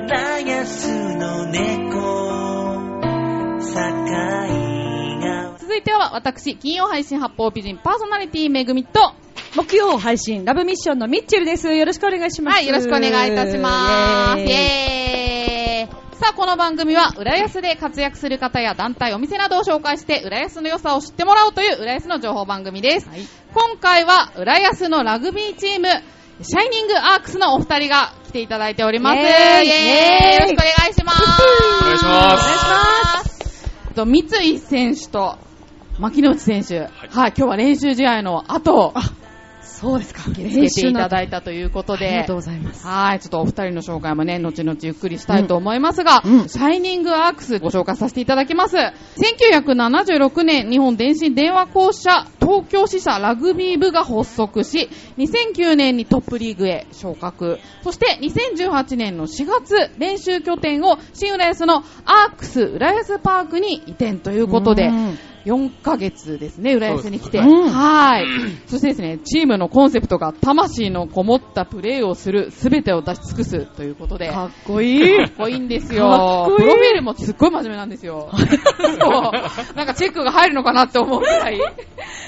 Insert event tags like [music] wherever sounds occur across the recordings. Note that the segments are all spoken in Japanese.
ガスの猫堺川続いては私、金曜配信発泡美人パーソナリティめぐみと、木曜配信、ラブミッションのミッチェルです。よろしくお願いします。はい、よろしくお願いいたします。イイエーイエーイさあ、この番組は、浦安で活躍する方や団体、お店などを紹介して、浦安の良さを知ってもらおうという浦安の情報番組です。今回は、浦安のラグビーチーム、シャイニングアークスのお二人が来ていただいております。イイエエーーイイよろしくお願いします。お願いしおます願いします。三井選手と、牧之内選手、はい、今日は練習試合の後、そうですか。受けていただいたということで、ありがとうございます。はい、ちょっとお二人の紹介もね、後々ゆっくりしたいと思いますが、うんうんシャイニングアークスご紹介させていただきます。1976年、日本電信電話公社東京支社ラグビー部が発足し、2009年にトップリーグへ昇格。そして2018年の4月、練習拠点を新浦安のアークス浦安パークに移転ということで、うん4ヶ月ですね、浦安に来て。そうですねはい。そしてですね、チームのコンセプトが魂のこもったプレーをする、すべてを出し尽くすということで。かかっこいい。っこいいんですよ。かっこいいプロフィールもすっごい真面目なんですよ。そう。なんかチェックが入るのかなって思うくらい。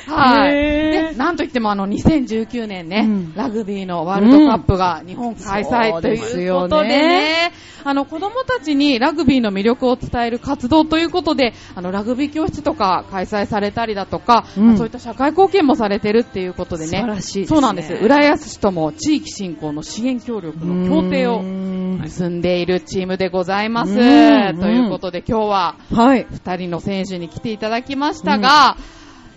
はい。へーで、なんといってもあの、2019年ね、うんラグビーのワールドカップが日本開催ということでそうですよねね。あの子供たちにラグビーの魅力を伝える活動ということで、あのラグビー教室とか開催されたりだとか、うんまあそういった社会貢献もされてるっていうことでね。素晴らしいですねそうなんです。浦安市とも地域振興の支援協力の協定をうん結んでいるチームでございます。うとんいうことで今日ははい。 2人の選手に来ていただきましたが、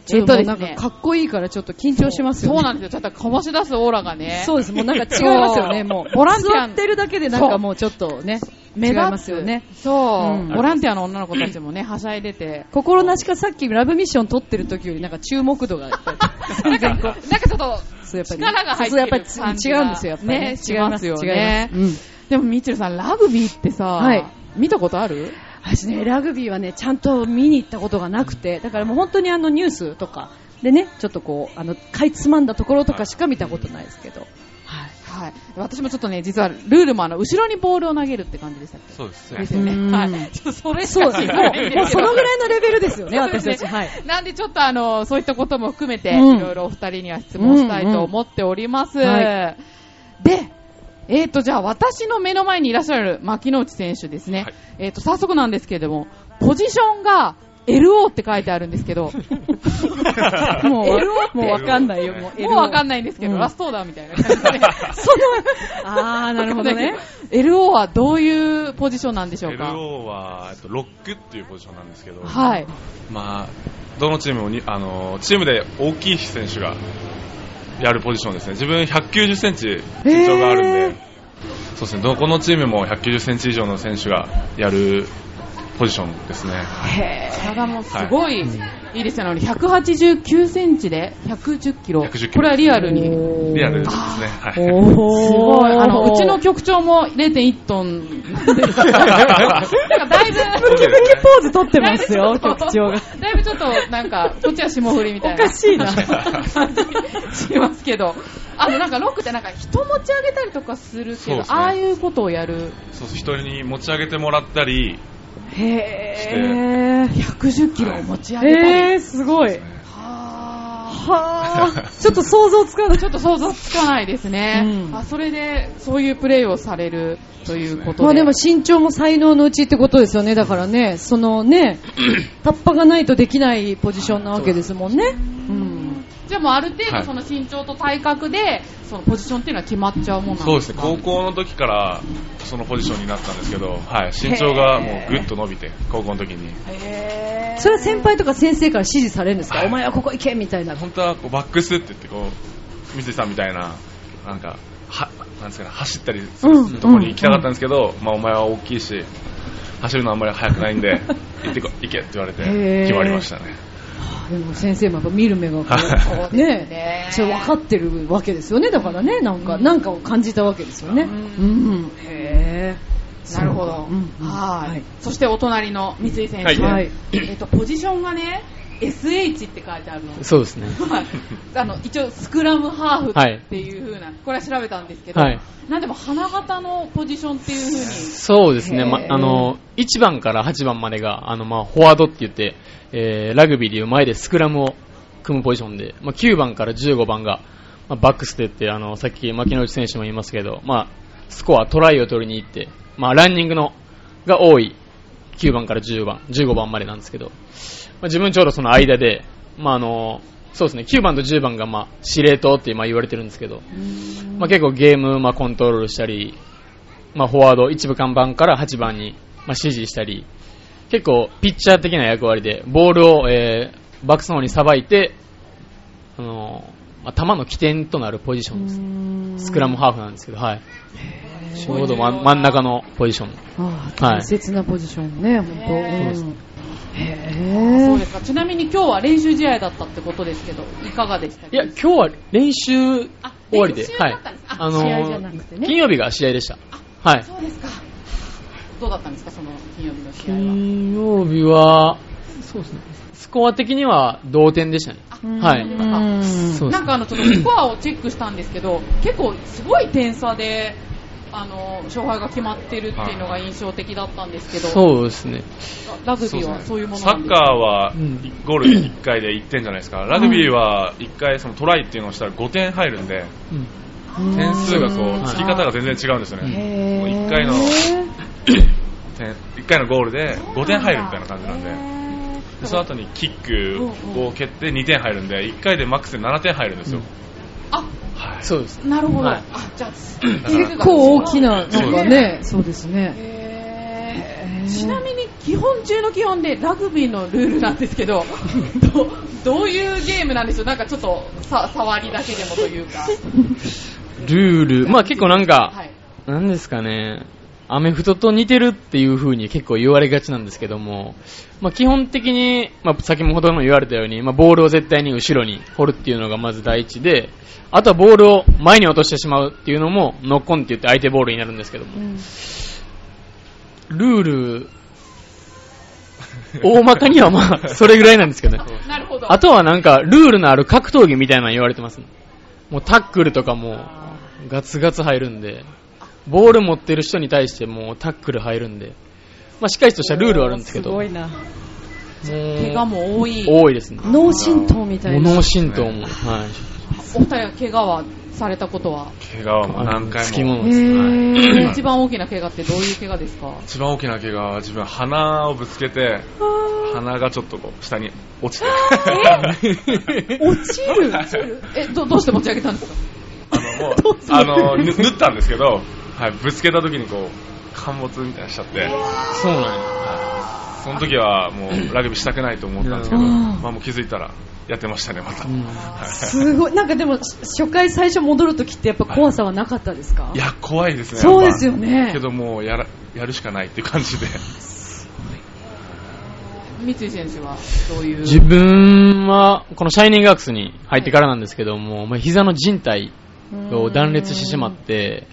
ちょっとえなんかかっこいいからちょっと緊張しますよね。そうなんですよ。ちょっと醸し出すオーラがね。そうです。もうなんか違いますよね。もう、ボランティア座ってるだけでなんかもうちょっとね、目違い立つますよね。そう、うんボランティアの女の子たちもね、はしゃいで [laughs] て。心なしかさっきラブミッション撮ってる時よりなんか注目度がやっぱり、なんか、なんかちょっと、そうやっぱ [laughs] り力が入ってるそうやっぱり感じ違がうんですよ、やっぱりねね。しますよね違います違いますうんでもみちるさん、ラグビーってさ、はい見たことある私ね、ラグビーはね、ちゃんと見に行ったことがなくて、だからもう本当にあのニュースとかでね、ちょっとこう、あの、かいつまんだところとかしか見たことないですけど。ははい。い。私もちょっとね、実はルールもあの、後ろにボールを投げるって感じでしたっけそうですでねす。よね。うんはい。ちょっとそれしそう、もかう、知らないんもでうすそけどのぐらいのレベルですよね、そうで私すねたち。はい。なんでちょっとあの、そういったことも含めて、うんいろいろお二人には質問したいと思っております。うんうんで、えっ、と、じゃあ私の目の前にいらっしゃる牧之内選手ですね。はいえっ、と、早速なんですけれども、ポジションが LO って書いてあるんですけ [laughs] ど、もう、もうわかんないよ、 LO もう。もうわかんないんですけど、うんラストオーダーみたいな感じで。 [laughs] あー、なるほ [laughs] どね。。 LO はどういうポジションなんでしょうか LO は、えっと、ロックっていうポジションなんですけど、はい。まあ、どのチームもに、あの、チームで大きい選手がやるポジションですね。自分190センチ身長があるんで、へーそうですね、どこのチームも190センチ以上の選手がやるポジションですね。へー体もすごい、いいですよね。あの189センチで110キロ。 110キロこれはリアルに。リアルですね。はい。おすごい。あの、うちの局長も0.1トンです。なんかだいぶ、ムキムキポーズ取ってますよ、局長が。だいぶちょっと、なんか、こっちは霜降りみたいな。おかしいな感じしますけど。あの、なんか、ロックってなんか、人持ち上げたりとかするけそうど、ですねああいうことをやる。 [laughs] そうそう、人に持ち上げてもらったり、へー。 110キロを持ち上げたり。えー、すごい。はーはー。ちょっと想像つかない。ちょっと想像つかないですね、うんあそれでそういうプレーをされるということで、まあでも身長も才能のうちってことですよね。だからね、そのね、タッパがないとできないポジションなわけですもんね。うん。じゃあもうある程は度いその身長と体格でそのポジションっていうのは決まっちゃうもんなんそうでですすね、か高校の時からそのポジションになったんですけど、はい、身長がもうぐっと伸びて、高校の時に。それは先輩とか先生から指示されるんですか、はいお前はここ行けみたいな。本当はこうバックスって言って、こう、三井さんみたいな、なんか、はなんですかね、走ったりすうるんところに行きたかったんですけど、まあお前は大きいし、走るのあんまり速くないん [laughs] で、行ってこ行けって言われて、へー決まりましたね。でも先生もやっぱ見る目がこはう、ね、それ分かってるわけですよね。だからね、なんか、なんかを感じたわけですよね。ううん。へーなるほど、うんうんはいはいそしてお隣の三井選手、はいはいえっとポジションがね SH って書いてある [laughs] の。そうですね。はい、あの一応スクラムハーフっていう風な、これは調べたんですけど、はいなんでも花形のポジションっていう風にそうですね、まへーあの、1番から8番までが、あの、まあ、フォワードって言って、えーラグビーでいう前でスクラムを組むポジションで、まあ、9番から15番が、まあ、バックスって言って、あの、さっき牧之内選手も言いますけど、まあ、スコア、トライを取りに行って、まあ、ランニングの、が多い、9番から10番、15番までなんですけど、まあ、自分ちょうどその間で、まあ、あの、そうですね、9番と10番が、まあ、司令塔って、まあ、言われてるんですけど、まあ、結構ゲーム、まあ、コントロールしたり、まあ、フォワード、一部看板から8番に、まあ、指示したり、結構ピッチャー的な役割で、ボールを、えー、バックスの方にさばいて、あのーまあ、球の起点となるポジションですね。スクラムハーフなんですけど、はい。ちょうど真真ん中のポジション。ああ、はい大切なポジションね、本当。うねんそうへですかちなみに今日は練習試合だったってことですけどいかがでしたかいや、今日は練習終あわりで、練習はだいったんです。ああの試合じゃなくてーね金曜日が試合でした。はい。そうですかどうだったんですかその金曜日の試合は金曜日は、そうですね。スコア的には同点でしたね。え。はいうんそうでなすんかあのちょっとスコアをチェックしたんですけど結構すごい点差であの勝敗が決まってるっていうのが印象的だったんですけど、そうですね。ラグビーはそういうものサなんでッすカかーはうんいゴール1回で1点じゃないですか、ラグビーは1回そのトライっていうのをしたら5点入るんで、うん点数がこうんう、つき方が全然違うんですようんね、へもうえ1回の点1回のゴールで5点入るみたいな感じなんで、でその後にキックを蹴って2点入るんで、1回でマックスで7点入るんですよ。あはいそうですね。なるほど、はいあじゃあ結構大きな、なんそうかね、そうですね。へへーーちなみに基本中の基本でラグビーのルールなんですけ [laughs] どどどういうゲームなんでしょうなんかちょっとさ触りだけでもというか、ルール、まあ結構なんはか、い、なんですかね、アメフトと似てるっていう風に結構言われがちなんですけども、まあ基本的に、まあ先ほども言われたように、まあボールを絶対に後ろに掘るっていうのがまず第一で、あとはボールを前に落としてしまうっていうのもノックオンって言って相手ボールになるんですけども、ルール、大まかにはまあそれぐらいなんですけどね。なるほどあとはなんか、ルールのある格闘技みたいなの言われてます、ね、もうタックルとかも、ガツガツ入るんで、ボール持ってる人に対してもうタックル入るんで、まあ、しっかりとしたルールはあるんですけど、すもごういな。怪我も多い多いですね。脳震盪みたいな。物浸透も、はい。お二人は怪我はされたことは、怪我はもう何回つきもも。のですね。はい一番大きな怪我ってどういう怪我です [laughs] か一番大きな怪我は自分鼻をぶつけて、鼻がちょっとこう下に落ちて。 [laughs] 落ちるえどどうして持ち上げたんですかあの、もう、あの、ぬ縫ったんですけど、はい、ぶつけた時にこう、陥没みたいにしちゃって、そうなんや。はいその時はもうラグビーしたくないと思ったんですけど、うんまあもう気づいたらやってましたね、また。うんはすごい。なんかでも、初回最初戻るときってやっぱ怖さはなかったですかいいや、怖いですね。そうですよねやっぱけどもうやら、やるしかないっていう感じで。三井選手はどういう自分は、このシャイニングアクスに入ってからなんですけども、まあ、膝の靭帯を断裂してしまって、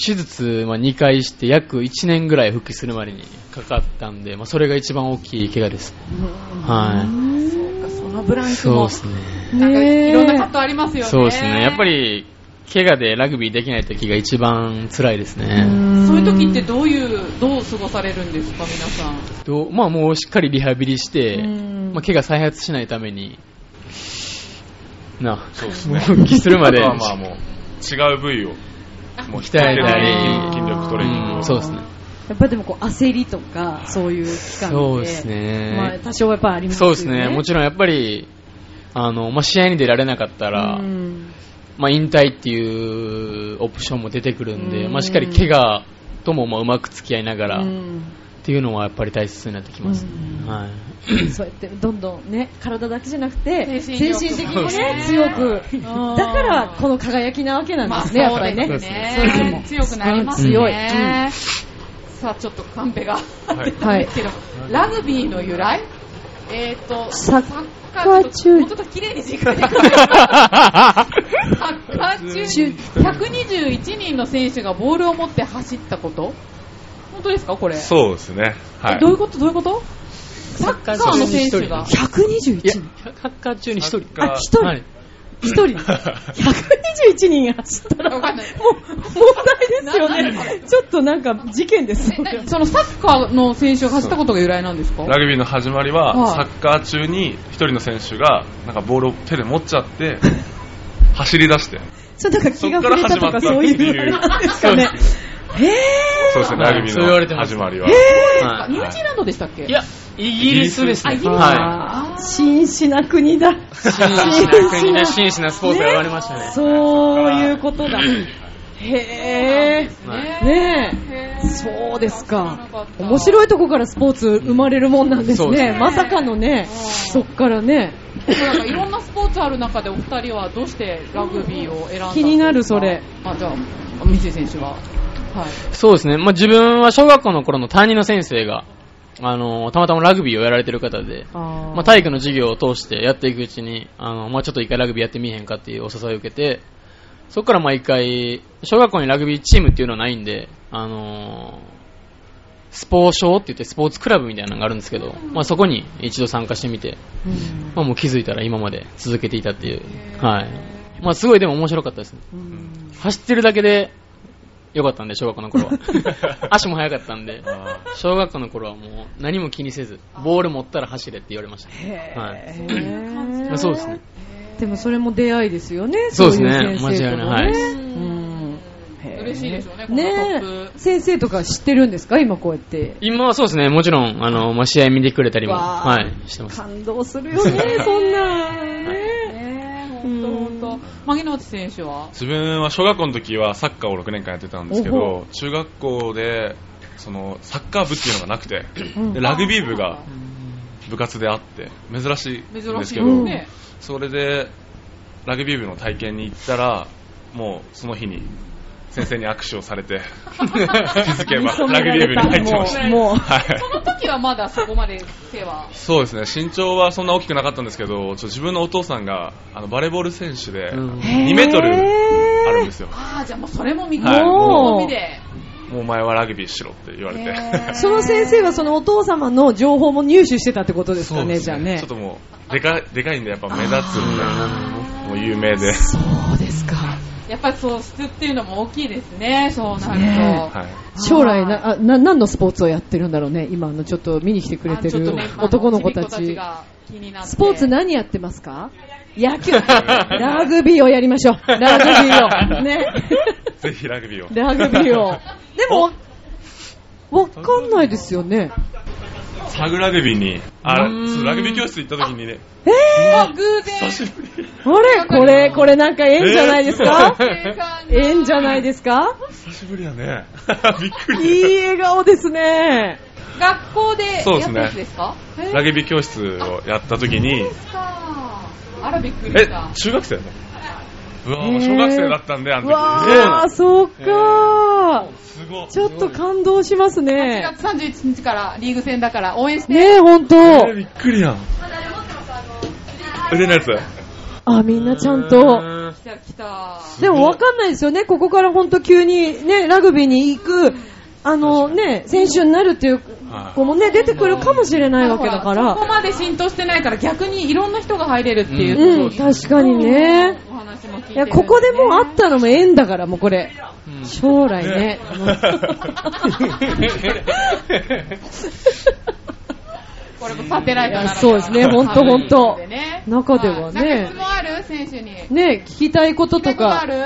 手術は2回して約1年ぐらい復帰するまでにかかったんで、まあ、それが一番大きい怪我です。はそうかそのブランい。クそうもですね。なんかねえいろんなカットありますよねそうですね。やっぱり、怪我でラグビーできない時が一番辛いですね。そういう時ってどういう、どう過ごされるんですか、皆さん。どうまあもうしっかりリハビリして、うんまあ、怪我再発しないために、な、そうですもうね。復帰するまであとはまあもう、違う部位を、もう鍛えたり鍛筋力トレーニングうを。んそうですね。やっぱでもこう焦りとか、そういう期間で。そうですねまあ多少やっぱありますそようね。ですね。もろちろんやっぱり、あの、まあ、試合に出られなかったら、まあ、引退っていうオプションも出てくるんで、うんまあ、しっかり怪我ともまあうまく付き合いながらっていうのはやっぱり大切になってきますね、うんはい、そうやってどんどんね体だけじゃなくて精精神神的力にもねそう強くうんだからこの輝きなわけなんですね、やっぱりそうですねそういうのも強くなりますよね。さあ、ちょっとカンペが出たんですけど、ラグビーの由来えっ、ー、と、サッカー中、もうちょっと綺麗に軸で。 [laughs] サッカー中、121人の選手がボールを持って走ったこと本当ですか、これ。そうですね。はえどういい。うことどういうことサッカーの選手が。 121い人。や、サッカー中に一サ人。ッカーあ、一人。はい一人。121人走ったら、わもう、問かんない題ですよね。ちょっとなんか、事件です。えなそのサッカーの選手が走ったことが由来なんですか [laughs] ラグビーの始まりはは、いサッカー中に一人の選手が、なんかボールを手で持っちゃって、走り出して、ちょっとなんか気が触れたとか、そっから始まったそういう、なんですかね。へそうですね、はいラグビそう言われーてのます始まりは。あはニュージーランドでしたっけい。いや、イギリスですね。イギリスはあぇー紳士な国だ。い。真摯な国な真摯なスポーツが生まれましたね。そういうことだ。へぇはいー。ねえ。へーそうです知らかなかっ。た面白いとこからスポーツ生まれるもんなんですそうですね。ねまさかのね、そっからね。でもなんかいろんなスポーツある中でお二人はどうしてラグビーを選んだんですか気になるそれ。あ、じゃあ、三井選手は。はい。そうですね。まあ、自分は小学校の頃の担任の先生が、あの、たまたまラグビーをやられてる方で、あまあ、体育の授業を通してやっていくうちに、あの、まあ、ちょっと一回ラグビーやってみへんかっていうお誘いを受けて、そこからまあ一回、小学校にラグビーチームっていうのはないんで、あのスポーショーって言ってスポーツクラブみたいなのがあるんですけど、まあ、そこに一度参加してみて、まあ、もう気づいたら今まで続けていたっていう、はい。まあ、すごいでも面白かったですね。走ってるだけで良かったんで、小学校の頃は。 [laughs] 足も速かったんで、小学校の頃はもう何も気にせず、ボール持ったら走れって言われましたね。はい。まあそうですね。でもそれも出会いですよね。そうですねそういう先生との間違いないうんへー嬉しいでしょうねこのトねップえ先生とか知ってるんですか今こうやって。今はそうですね、もちろん、あの、まあ、試合見てくれたりも、わーはい、してます。感動する [laughs] よね、そんな。ねねえ、ほんとほんと。牧野内選手は自分は小学校の時はサッカーを6年間やってたんですけおど中学校でそのサッカー部っていうのがなくて、うんでラグビー部が部活であって珍しいん珍でしすいけでど、すね。それでラグビー部の体験に行ったらもうその日に先生に握手をされ [laughs] て気づけばラグビー部に入ってましたもうもうはいその時はまだそこまで手は。そうですね身長はそんな大きくなかったんですけどちょっと自分のお父さんがあのバレーボール選手でうん2メートルあるんですよああ、じゃあもうそれも見はい込みで。もうお前はラグビーしろって言われて、へーその先生はそのお父様の情報も入手してたってことです [laughs] そかうね、でじすゃあねちょっ。ともうでかでかいんでやっぱ目立つみたいなもう有名で、そうですか。やっぱり素質っていうのも大きいですね、そうなると。ねはい、将来な、あな、何のスポーツをやってるんだろうね、今あのちょっと見に来てくれてあちょっとるね今男の子たちびっち子。が気になってスポーツ何やってますか野球。 [laughs] ラグビーをやりましょう。ラグビ [laughs] ーを。ね。 [laughs] ぜひラグビーをラグビーを。でも、わかんないですよね。サグラグビーにあうーんそうラグビー教室行った時にねえあ偶久然。しぶりー、あれこれ、これなんか縁じゃないですか偶然縁じゃないですか久しぶりだ [laughs] ねびっくいりい笑顔ですね。学校でやっそうでたすねやつですかへーラグビー教室をやった時にそうですかあらびっくりえした中学生だねうわもう小学生だったんであうわのー、時そうかすごいちょっと感動します8ね。月31日からリーグ戦だから応援して、ねえ、ほんと。えびっくりやん腕のやつあ、みんなちゃんと。来た来たでも分かんないですよね、ここから本当急にね、ラグビーに行く、あのね、選手になるっていうはい子もね、出てくるかもしれないわけだかほらそこら。まで浸透してないから逆にいろんな人が入れるっていうう、うん、確かにね。お話も聞いていや、ここでもうあったのも縁だから、もうこれ。うん将来ね。 [laughs] これもサテライトならではそうですねほんとほんとでね中ではねはいなんか質問ある選手に [laughs] ね、聞きたいことと聞いたことあか、る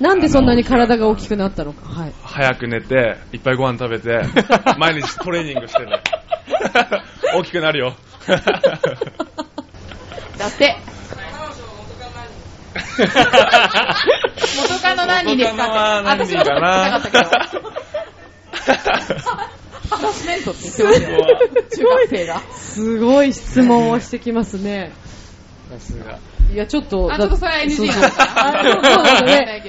なんでそんなに体が大きくなったのか。はい。早く寝て、いっぱいご飯食べ [laughs] て、毎日トレーニングして [laughs] ね。大きくなるよ。だ [laughs] って元カノ何人です元カノはか何人か私はちょなっと聞かなかったけど [laughs] ハラスメントって言ってましたよ中学生がすごい質問をしてきます [laughs] ね。さす [laughs] が。いや、ちょっと。あちょっとそれは NG そうそう [laughs] あそうそうなんだね。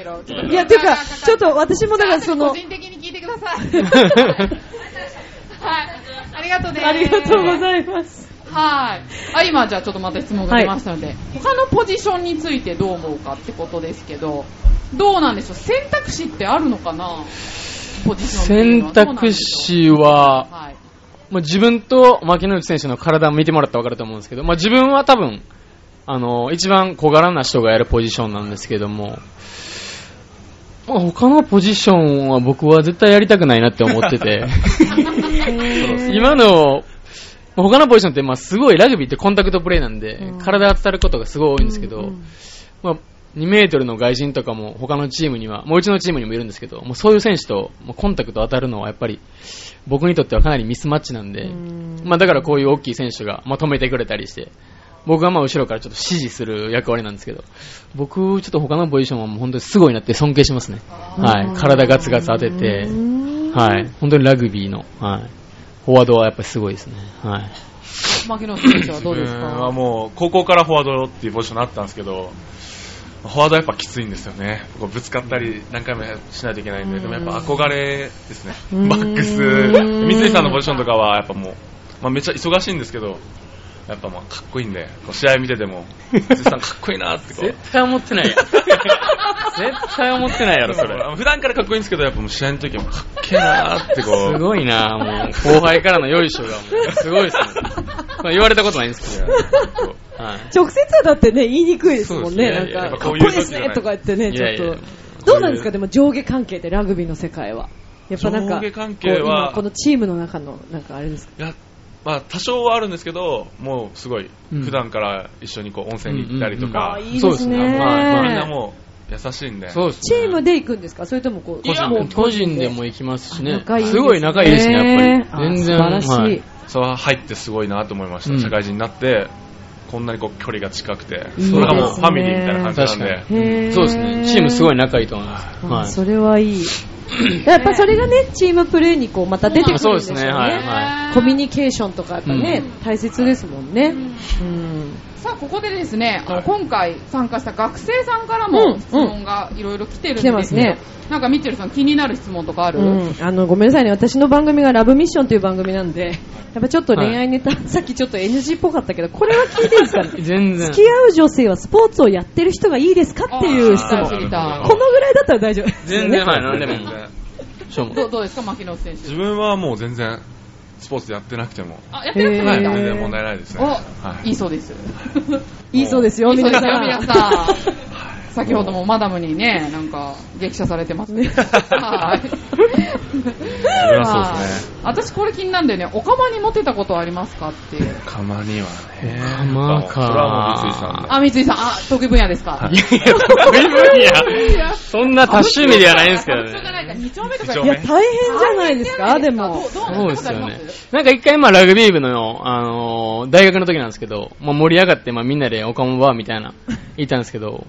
いや、ていうか、ちょっと私もだからその個、人的に聞いてください。 [laughs] はい。ありがとうね。ありがとうごいざいます。ます。はい。あ、今じゃあちょっとまた質問が出ましたので、他のポジションについてどう思うかってことですけど、どうなんでしょう選択肢ってあるのかなポジションっていうのはど選うなん択でしょう肢は、はい。まあ、自分と牧之内選手の体を見てもらったら分かると思うんですけど、まあ、自分は多分、あの、一番小柄な人がやるポジションなんですけども、まあ、他のポジションは僕は絶対やりたくないなって思ってて、今の、まあ他のポジションって、まあ、すごいラグビーってコンタクトプレーなんで、体が伝わることがすごい多いんですけど、まあ、2メートルの外人とかも他のチームには、もううちのチームにもいるんですけど、もうそういう選手ともうコンタクト当たるのはやっぱり僕にとってはかなりミスマッチなんで、まあだからこういう大きい選手がまあ止めてくれたりして、僕はまあ後ろからちょっと指示する役割なんですけど、僕ちょっと他のポジションはもう本当にすごいなって尊敬しますね。はい。体ガツガツ当てて、はい。本当にラグビーの、はい。フォワードはやっぱりすごいですね。はい。 [laughs] 牧野選手はどうです自分はかもう高校からフォワードっていうポジションになったんですけど、フォワードはやっぱきついんですよね。こうぶつかったり何回もしないといけないんで、でもやっぱ憧れですね。バックス、三井さんのポジションとかはやっぱもう、まあ、めっちゃ忙しいんですけど、やっぱまあかっこいいんで、こう試合見てても、三井さんかっこいいな [laughs] ってこう。対思ってないや絶対思ってないやろ、それ。普段からかっこいいんですけど、やっぱもう試合の時はもうかっけえなーってこう。すごいなもう、後輩からのよいしょが、もう、すごいですね。まあ言われたことないんですけど。はい。直接はだってね、言いにくいですもんね。そなうですねんか、かやっぱっここういいうい時ですねとか言ってね、いちょやっいやと。どうなんですか、でも上下関係でラグビーの世界は。やっぱなんか、上下関係はこう今このチームの中の、なんかあれですか。いや、まあ、多少はあるんですけど、もうすごい、うん普段から一緒にこう温泉に行ったりとか、あ、いいですね。そうですねまあ、みんえなもう優しいんで、そうですチね。ームで行くんですかそれともこう、個人もでうも個人でも行きますしあね。仲いいですすねごい仲いいですね、やっぱり。全然。あ素晴らはしいい。それは入ってすごいなと思いました、うん社会人になって、こんなにこう距離が近くて、いいそれがもうですフねァミリーみたいな感じなんで確、かへーそうですね。チームすごい仲いいと思います。あはい。それはい [laughs] い。やっぱそれがね、チームプレーにこう、また [laughs] 出てくるんでしょうね。そうですねはいはコミュニケーションとかやっぱね、大切ですもんね。うん。さあ、ここでですね、あのはい今回参加した学生さんからうもん質問がいろいろ来てるんです来てますね。なんかミッチェルさん気になる質問とかある、うん、あのごめんなさいね、私の番組がラブミッションという番組なんで、やっぱちょっと恋愛ネタ、 [laughs] さっきちょっと NG っぽかったけど、これは聞いていいです [laughs] かね全然付。き合う女性はスポーツをやってる人がいいですかっていう質あー問。知りあたーこのぐらいだったら大丈夫ですよ全ね。然、はい、何でも。しょういも。どうどうですか、牧野選手。自分はもう全然、スポーツやってなくても、あ、やってるへ人ーもはいい、た。全然問題ないですね。お、はい、いいそう [laughs] です。いいそうですよ、いいそうです皆さよ、ん。皆さん。先ほどもマダムにね、なんか、激写されてます [laughs] ね。はい。それはそうですね。はい私これ気になるんだよね。おかまにモテたことありますかっていう。たまにはね。たまかそれはもう三井さんで。あ、三井さん、あ、得意分野ですかはいいやいや、得意分野。そんな多趣味ではないですけどあ部長がね。なんか二丁目とか二 [laughs] 丁い目や、大変じゃないですか、でも。どそううでですすかよね。なんか一回、まあ、ラグビー部の、あのー大学の時なんですけど、まあ、盛り上がって、まあ、みんなで岡本バーみたいな、行ったんですけど、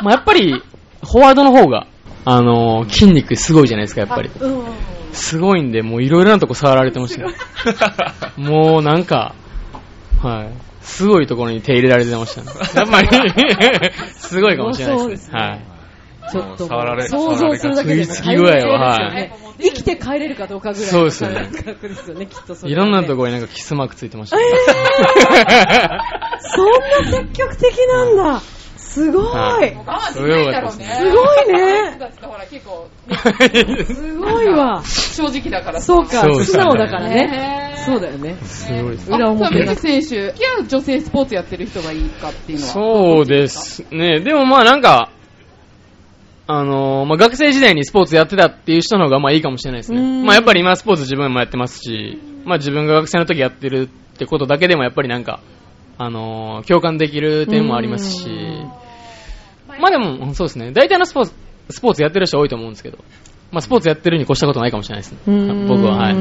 まあ、やっぱり、フォワードの方が、あのー筋肉すごいじゃないですか、やっぱり。すごいんで、もういろいろなとこ触られてましたね。 [laughs] もうなんか、はい。すごいところに手入れられてましたね。やっぱり、すごいかもしれないですね。はい。ちょっと触られ想像するだけでも食いつき具合は大変ですよね生きて帰れるかどうかぐらいそのうですよね感覚ですよね、きっとそれいはろねんなところになんかキスマークついてましたね。そんな積極的なんだ。すごはいい。我慢しないだろうね。すすごいあいつね。たちってほら、結構、すごいわ。正直だから。そうかそうで、す素ね直だからね。ねそうだよね。 [laughs] すごいです。裏あ、じゃあ、表水が木選手、付き合う女性スポーツやってる人がいいかっていうのは。そうですね。でもまあなんか、あのーまあ、学生時代にスポーツやってたっていう人の方がまあいいかもしれないですね。うんまあやっぱり今スポーツ自分もやってますし、まあ自分が学生の時やってるってことだけでもやっぱりなんか、あのー共感できる点もありますし、まあでも、そうですね。大体のスポーツ、スポーツやってる人多いと思うんですけど、まあスポーツやってるに越したことないかもしれないですね。僕は、はい。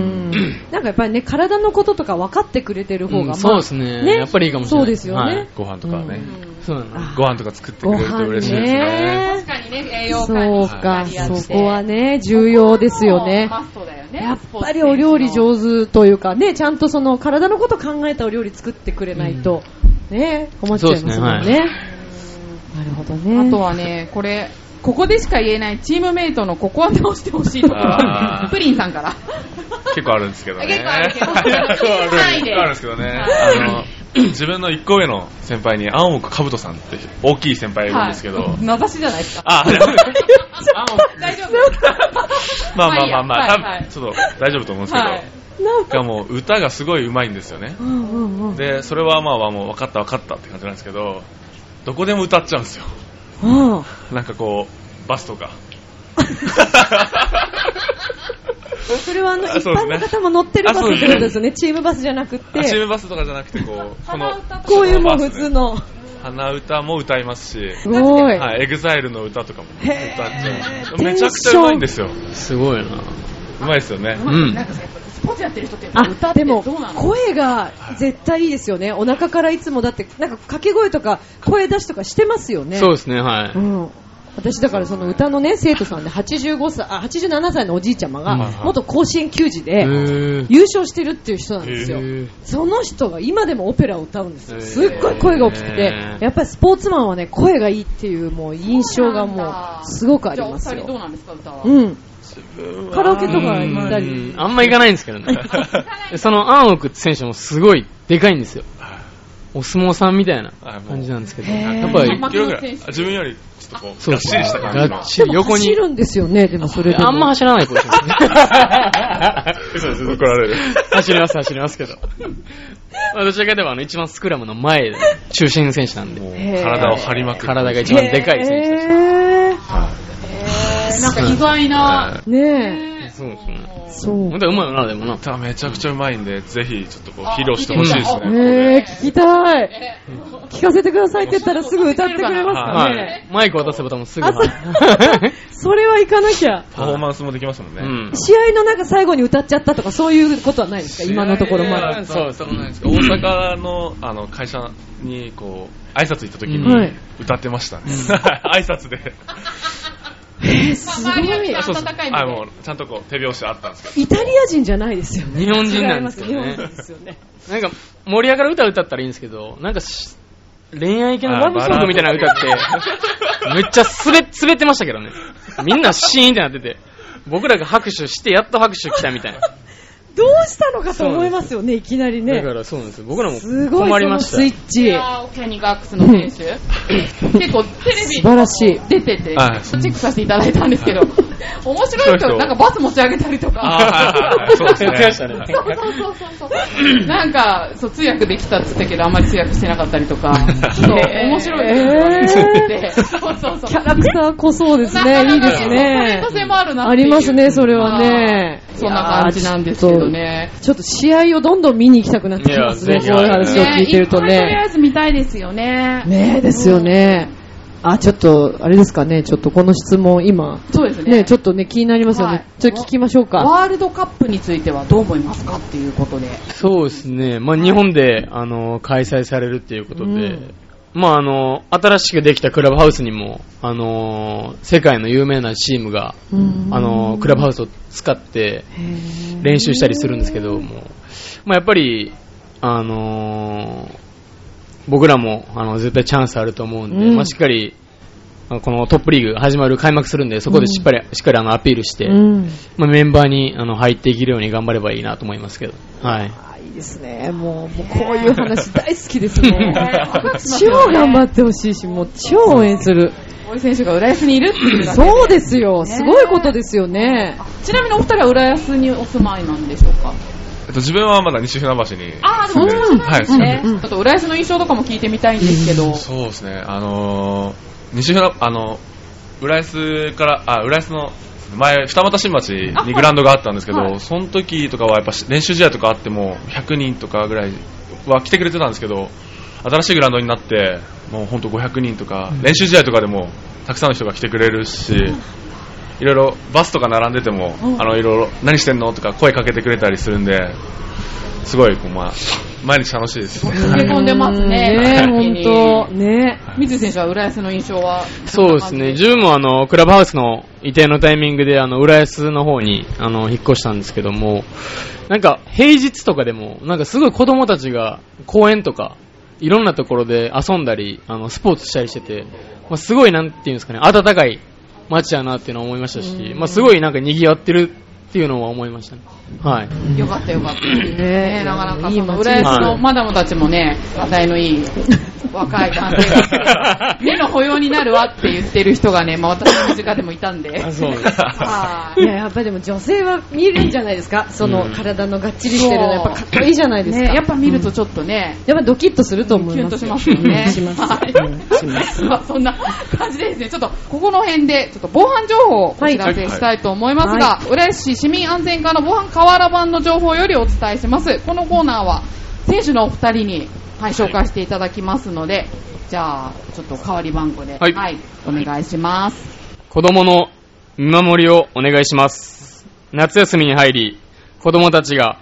なんかやっぱりね、体のこととか分かってくれてる方うんが、そうですねやっぱりいいかもしれないそうですよはねい。ご飯とかね、そうなの。ご飯とか作ってくれると嬉しいですね。確かにね、栄養価にそうか、リアしてそこはね、重要ですよね。マストだよね。やっぱりお料理上手というかね、ちゃんとその体のこと考えたお料理作ってくれないと、ね、困っちゃいますもんそうですねね。なるほどね。あとはね、これ、ここでしか言えないチームメイトのここは直してほしいところあ。ープリンさんから。結構あるんですけどね。結構あるけど結構あるないで結構あるんですけどね。あの、自分の一個上の先輩に、青木かぶとさんって大きい先輩がいるんですけど、はい名指しじゃないですか。[laughs] あ、大丈夫まあまあまあまあ、はいはい多分ちょっと大丈夫と思うんですけど、はいしかも歌がすごい上手いんですよね。うんうんうん。で、それはまあまあもう分かった分かったって感じなんですけど、どこでも歌っちゃうんですよ。 [laughs] うんなんかこう、バスとか。それはあのあ一そうです般ねの方も乗ってるバスってことですよね。チームバスじゃなくあチーて、ムバスとかじゃなくてこう、この、こういうもうこ普のバス通の。鼻歌も歌いますし、すご [laughs] い。はい、エグザイルの歌とかも歌っちゃうへーめちゃくちゃうまいんですよ。すごいな。うまいですよね。うんなん。かさやっぱスポーツやってる人ってやっぱ歌あ、ってでども、うなの声が絶対いいですよね。お腹からいつもだって、なんか掛け声とか、声出しとかしてますよね。そうですね、はうい。ん。私だからその歌のね、生徒さんで85歳、あ、87歳のおじいちゃまうんが、元甲子園球児で、ー優勝してるっていう人なんですよへー。その人が今でもオペラを歌うんですへよ。ーすっごい声が大きくて、やっぱりスポーツマンはね、声がいいっていうもう印象がもうすごくありますじゃあお二人どうよ。なんですか歌は。うん。カラオケとか行ったり。うんあんま行かないんですけどね。そのアンオクって選手もすごいでかいんですよ。お相撲さんみたいな感じなんですけど。やっぱり1キロぐらい。あ自分よりちょっとこう、がっしりした感じがのっ。ちり横走に。るんですよね、でもそれでも。あんま走らないポジションですね。嘘です、怒られる。走ります、走りますけど。まあどちらかといえばあの一番スクラムの前で、中心選手なんで。もう体を張りまくる。体が一番でかい選手でへえーなんか意外な。ーねえ。す。そうですね。そう。本当はうまいよな、でもな。歌めちゃくちゃうまいんで、ぜひちょっとこう、披露してほしいですね。ここえー、で聞きたい。聞かせてくださいって言ったらすぐ歌ってくれますかはね。い。マイク渡せば多分 [laughs] すぐ。あそうそれは行かなきゃ。パフォーマンスもできますもんね。うん。試合のなんか最後に歌っちゃったとかそういうことはないですか今のところまだ。だ。そう、そうなんですけど大阪の、あの、会社に、こう、挨拶行った時にはい、歌ってましたね。 [laughs] 挨拶で。す周りが来てそうそ温うかいみたあいなもう、ちゃんとこう、手拍子あったんですけど。イタリア人じゃないですよね。日本人なんです違よいます日ね本。人ですよね。なんか、盛り上がる歌歌ったらいいんですけど、なんかし、恋愛系のラブソングみたいな歌って、めっちゃ滑、滑ってましたけどね。みんなシーンってなってて、僕らが拍手して、やっと拍手来たみたいな。どうしたのかと思いますよね、いきなりだねか。らそうなんですよ。僕らもすごい、困りそまのしスイた。ッいチ。やーオケニガークスの選手結構テレビ素晴らしい。出てて、はいチェックさせていただいたんですけど、面白いそう人、そうなんかバス持ち上げたりとか、あーはいはいはいそうですねやってましたね。そうそうそうそう、なんかそう通訳できたっつったけど、あんまり通訳してなかったりとか、そう面白い人が出て、そうそうそうキャラクター濃そうですね。いいですねタ。レント性もあるなっていうありますね、それはね。そんな感じなんですけどね。ちょっと試合をどんどん見に行きたくなってきますね、いこやういう話を聞いてるとね一回とりあね。えず見たいですよね。ねえ、ですよね。あ、ちょっと、あれですかね、ちょっとこの質問今、そうですね。ね、ちょっとね、気になりますよはいね。ちょっと聞きましょうか。ワールドカップについてはどう思いますかっていうことで。そうですね。まあ、日本で、あの、開催されるっていうことで、うんまあ、あの、新しくできたクラブハウスにも、あの、世界の有名なチームが、うんあの、クラブハウスを使ってー練習したりするんですけども、まあ、やっぱり、あのー僕らもあの絶対チャンスあると思うんで、うんまあ、しっかり、あこのトップリーグ始まる、開幕するんで、そこでしっかり、しっかりあのアピールして、うん。まあ、メンバーにあの入っていけるように頑張ればいいなと思いますけど、はい。あいいですね。もう、もうこういう話大好きですもん [laughs] 超よね頑張ってほしいし、もう超応援する。こういう選手が浦安にいるっていうだけでそうですよ。すごいことですよね。ちなみにお二人は浦安にお住まいなんでしょうかえっと自分はまだ西船橋に。ああ、でもそうそうなんですね。うんうんちょっと浦安の印象とかも聞いてみたいんですけど。そうですね、あのー、西船、あの、浦安から、あ、浦安の、前、二俣新町にグラウンドがあったんですけど、あはいその時とかはやっぱし練習試合とかあっても、100人とかぐらいは来てくれてたんですけど、新しいグラウンドになって、もうほんと500人とか、練習試合とかでも、たくさんの人が来てくれるし、いろいろバスとか並んでても、あの、いろいろ、何してんのとか声かけてくれたりするんで、すごい、こう、まあ、毎日楽しいですね。溶 [laughs] け込んでますね。うんね本当ね。当。水井選手は浦安の印象はそうですね、どんな感じ自分もあのクラブハウスの移転のタイミングであの浦安の方にあの引っ越したんですけども、なんか平日とかでも、なんかすごい子供たちが公園とか、いろんなところで遊んだり、あのスポーツしたりしてて、まあ、すごいなんていうんですかね、暖かい街やなっていうのは思いましたし、まあ、すごいなんか賑わってるっていうのは思いましたね。はい。よかったよかった。ねねなかなかいいその街浦安はのいマダムたちもね、話題のいい若い男性ですけど、目の保養になるわって言ってる人がね、まあ私の身近でもいたんで。あそうです。はいいや、やっぱでも女性は見るんじゃないですかその体のがっちりしてるの、やっぱかっこいいじゃないですか。ね、やっぱ見るとちょっとね、やっぱドキッとすると思キいュンまとすしよ。ますよね。うんします。はいうんしま [laughs] す。まあそんな感じでですね、ちょっとここの辺で、ちょっと防犯情報をお知らせしたいと思いますが、浦安市市民安全課の防犯河原版の情報よりお伝えします。このコーナーは、選手のお二人に、はい、紹介していただきますので、じゃあ、ちょっと代わり番号で、はいお願いします。子供の見守りをお願いします。夏休みに入り、子供たちが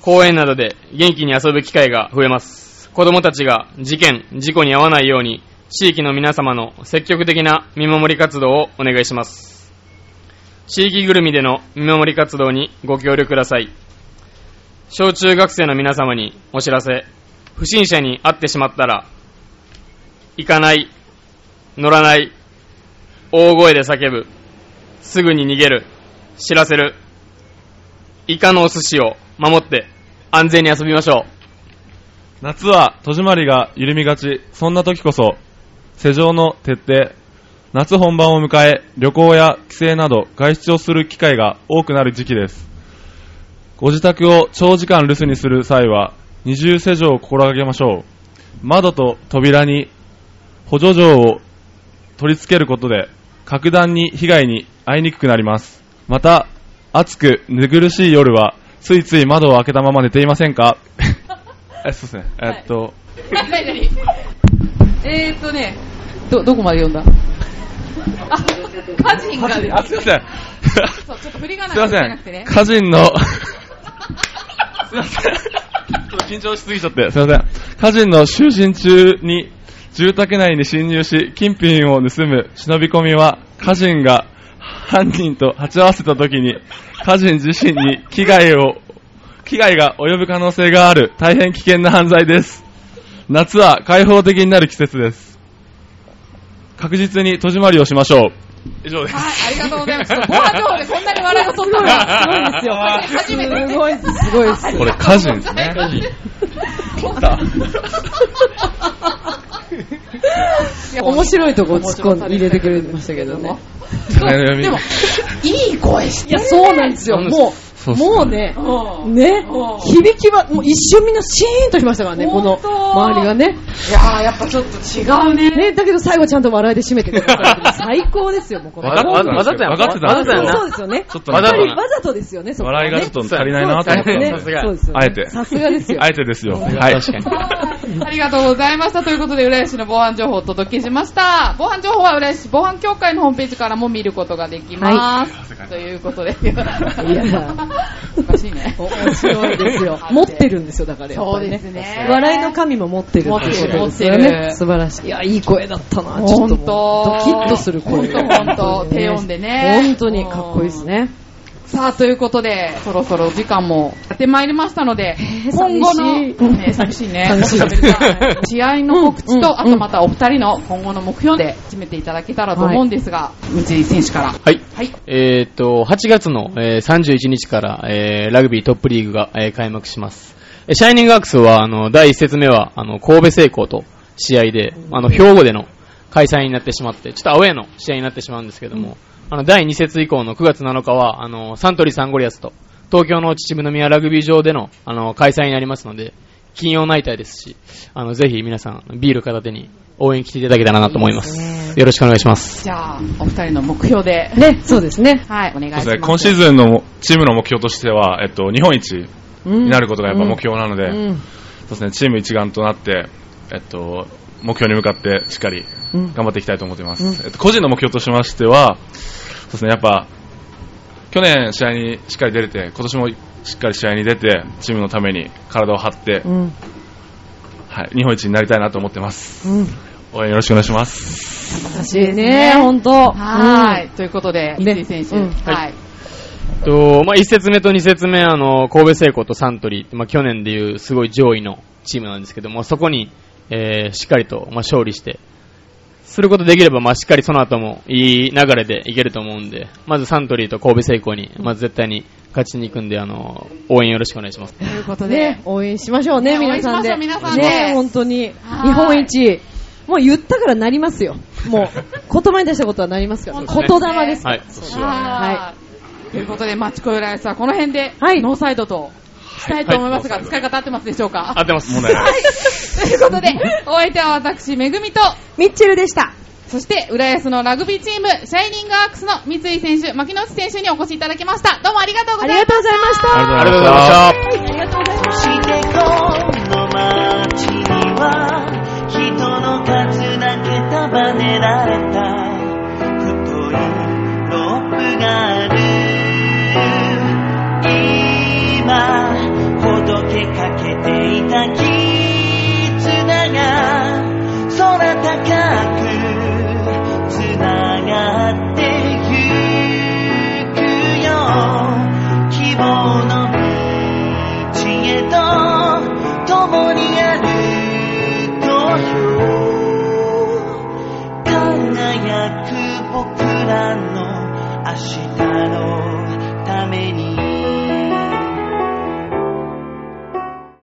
公園などで元気に遊ぶ機会が増えます。子供たちが事件、事故に遭わないように、地域の皆様の積極的な見守り活動をお願いします。地域ぐるみでの見守り活動にご協力ください。小中学生の皆様にお知らせ、不審者に会ってしまったら、行かない、乗らない、大声で叫ぶ。すぐに逃げる。知らせる。イカのお寿司を守って安全に遊びましょ夏は戸締まりが緩みがち、そんな時こそ、施錠の徹底、夏本番を迎え、旅行や帰省など外出をする機会が多くなる時期です。ご自宅を長時間留守にする際は、二重施錠を心がけましょう。窓と扉に補助錠を取り付けることで、格段に被害に遭いにくくなります。また、暑く寝苦しい夜は、ついつい窓を開けたまま寝ていませんかえそうですね。えっと、何何えーっとね、ど、どこまで読んだあ、歌人があ、すい [laughs] ません。そう、ちょっと振りがなすいませなくてん。ね。歌人の、 [laughs] すいません。ちょっと緊張しすぎちゃって、すいません。歌人の就寝中に住宅内に侵入し、金品を盗む忍び込みは、歌人が犯人と鉢合わせた時に、歌人自身に危害を、危害が及ぶ可能性がある大変危険な犯罪です。夏は開放的になる季節です。確実に戸締まりをしましょう。以上です。はい、ありがとうございます。ご飯情報でこんなに笑いがそんなのは、すごいですよ。初めて。すごい、すごいです。これ、歌人ですね。面白いとこ突っ込んで入れてくれましたけどね。でも、いい声していや、そうなんですよ。も、そううっすねもうね、うんねうん、響きは、もう一瞬みんなシーンとしましたからね、この本当周りがね。いやー、やっぱちょっと違うね。ね、だけど最後ちゃんと笑いで締めてくださる。最高ですよ、もうこの。わざわざわざとやんわざとやんわざとやんなそうですよね。ちょっとやっぱりわざとやんわざとですよね、そこは笑ねいがちょっと足りないなと思笑っいがちょっとたんです足りないなさすがそうですよねあえてさすがですよあ。えてですよ。う。はい。確かに。ありがとうございました。ということで、浦安市の防犯情報をお届けしました。防犯情報は浦安市防犯協会のホームページからも見ることができます。ということで、 [laughs] おかしいね。面白いですよ。持ってるんですよ、だからやっそぱうりでねす。ね。笑いの神も持ってるっていうことですよ持ってるね。素晴らしい。いや、いい声だったな。ちょ本っともうド当キッとする声。本当本当低音でね本当にかっこいいですね。さあ、ということで、そろそろ時間もやってまいりましたので、今後の、寂しいね、寂しいね。寂しいはい試合の告知と、うんうんあとまたお二人の今後の目標で決めていただけたらと思うんですが、道井選手から。はい。はい。えーっと、8月の、えー31日から、えーラグビートップリーグが、えー開幕します。えーシャイニングアークスは、あの、第1節目は、あの、神戸製鋼と試合で、あの、兵庫での開催になってしまって、ちょっとアウェーの試合になってしまうんですけども、あの、第2節以降の9月7日は、あの、サントリーサンゴリアスと、東京の秩父宮ラグビー場での、あの、開催になりますので、金曜ナイターですし、あの、ぜひ皆さん、ビール片手に応援来ていただけたらなと思います。よろしくお願いします。じゃあ、お二人の目標で、ね、そうですね。はい、お願いしまそうですす。ね、今シーズンのチームの目標としては、えっと、日本一にになることがやっぱ目標なので、うんそうですね、チーム一丸となって、えっと、目標に向かってしっかりうん頑張っていきたいと思っています。えっと、個人の目標としましては、そうですね、やっぱ、去年試合にしっかり出れて、今年もしっかり試合に出て、チームのために体を張って、うんはい、日本一になりたいなと思ってます。うん応援よろしくお願いします。優しいね、本当。はい、うん。ということで、ね道井選手、うんはい。と、まあ、1節目と2節目、あの、神戸製鋼とサントリー、まあ、去年でいうすごい上位のチームなんですけども、そこに、えーしっかりと、まあ、勝利して、することできれば、まあ、しっかりその後もいい流れでいけると思うんで、まずサントリーと神戸製鋼に、まず絶対に勝ちに行くんで、あの、応援よろしくお願いします。ということで、ね、応援しましょうねね、皆さんで。応援しましょう皆さんでね、本当に。日はい本一、もう言ったからなりますよ。もう、言葉に出したことはなりますから。本言当ですね霊ですかはらい。。年はね。はい。ということで、マチコヨライスはこの辺で、はいノーサイドとしたいと思いますが、はい使い方合ってますでしょうか合ってます。もうね、ということで、お相手は私、めぐみと、ミッチェルでした。そして、浦安のラグビーチーム、シャイニングアークスの三井選手、牧野内選手にお越しいただきました。どうもありがとうごあざいまりしたがとうございました。ありがとうございました。そしてこの街には人の数だけ束ねられた太いロープがある今ほどけかけていた絆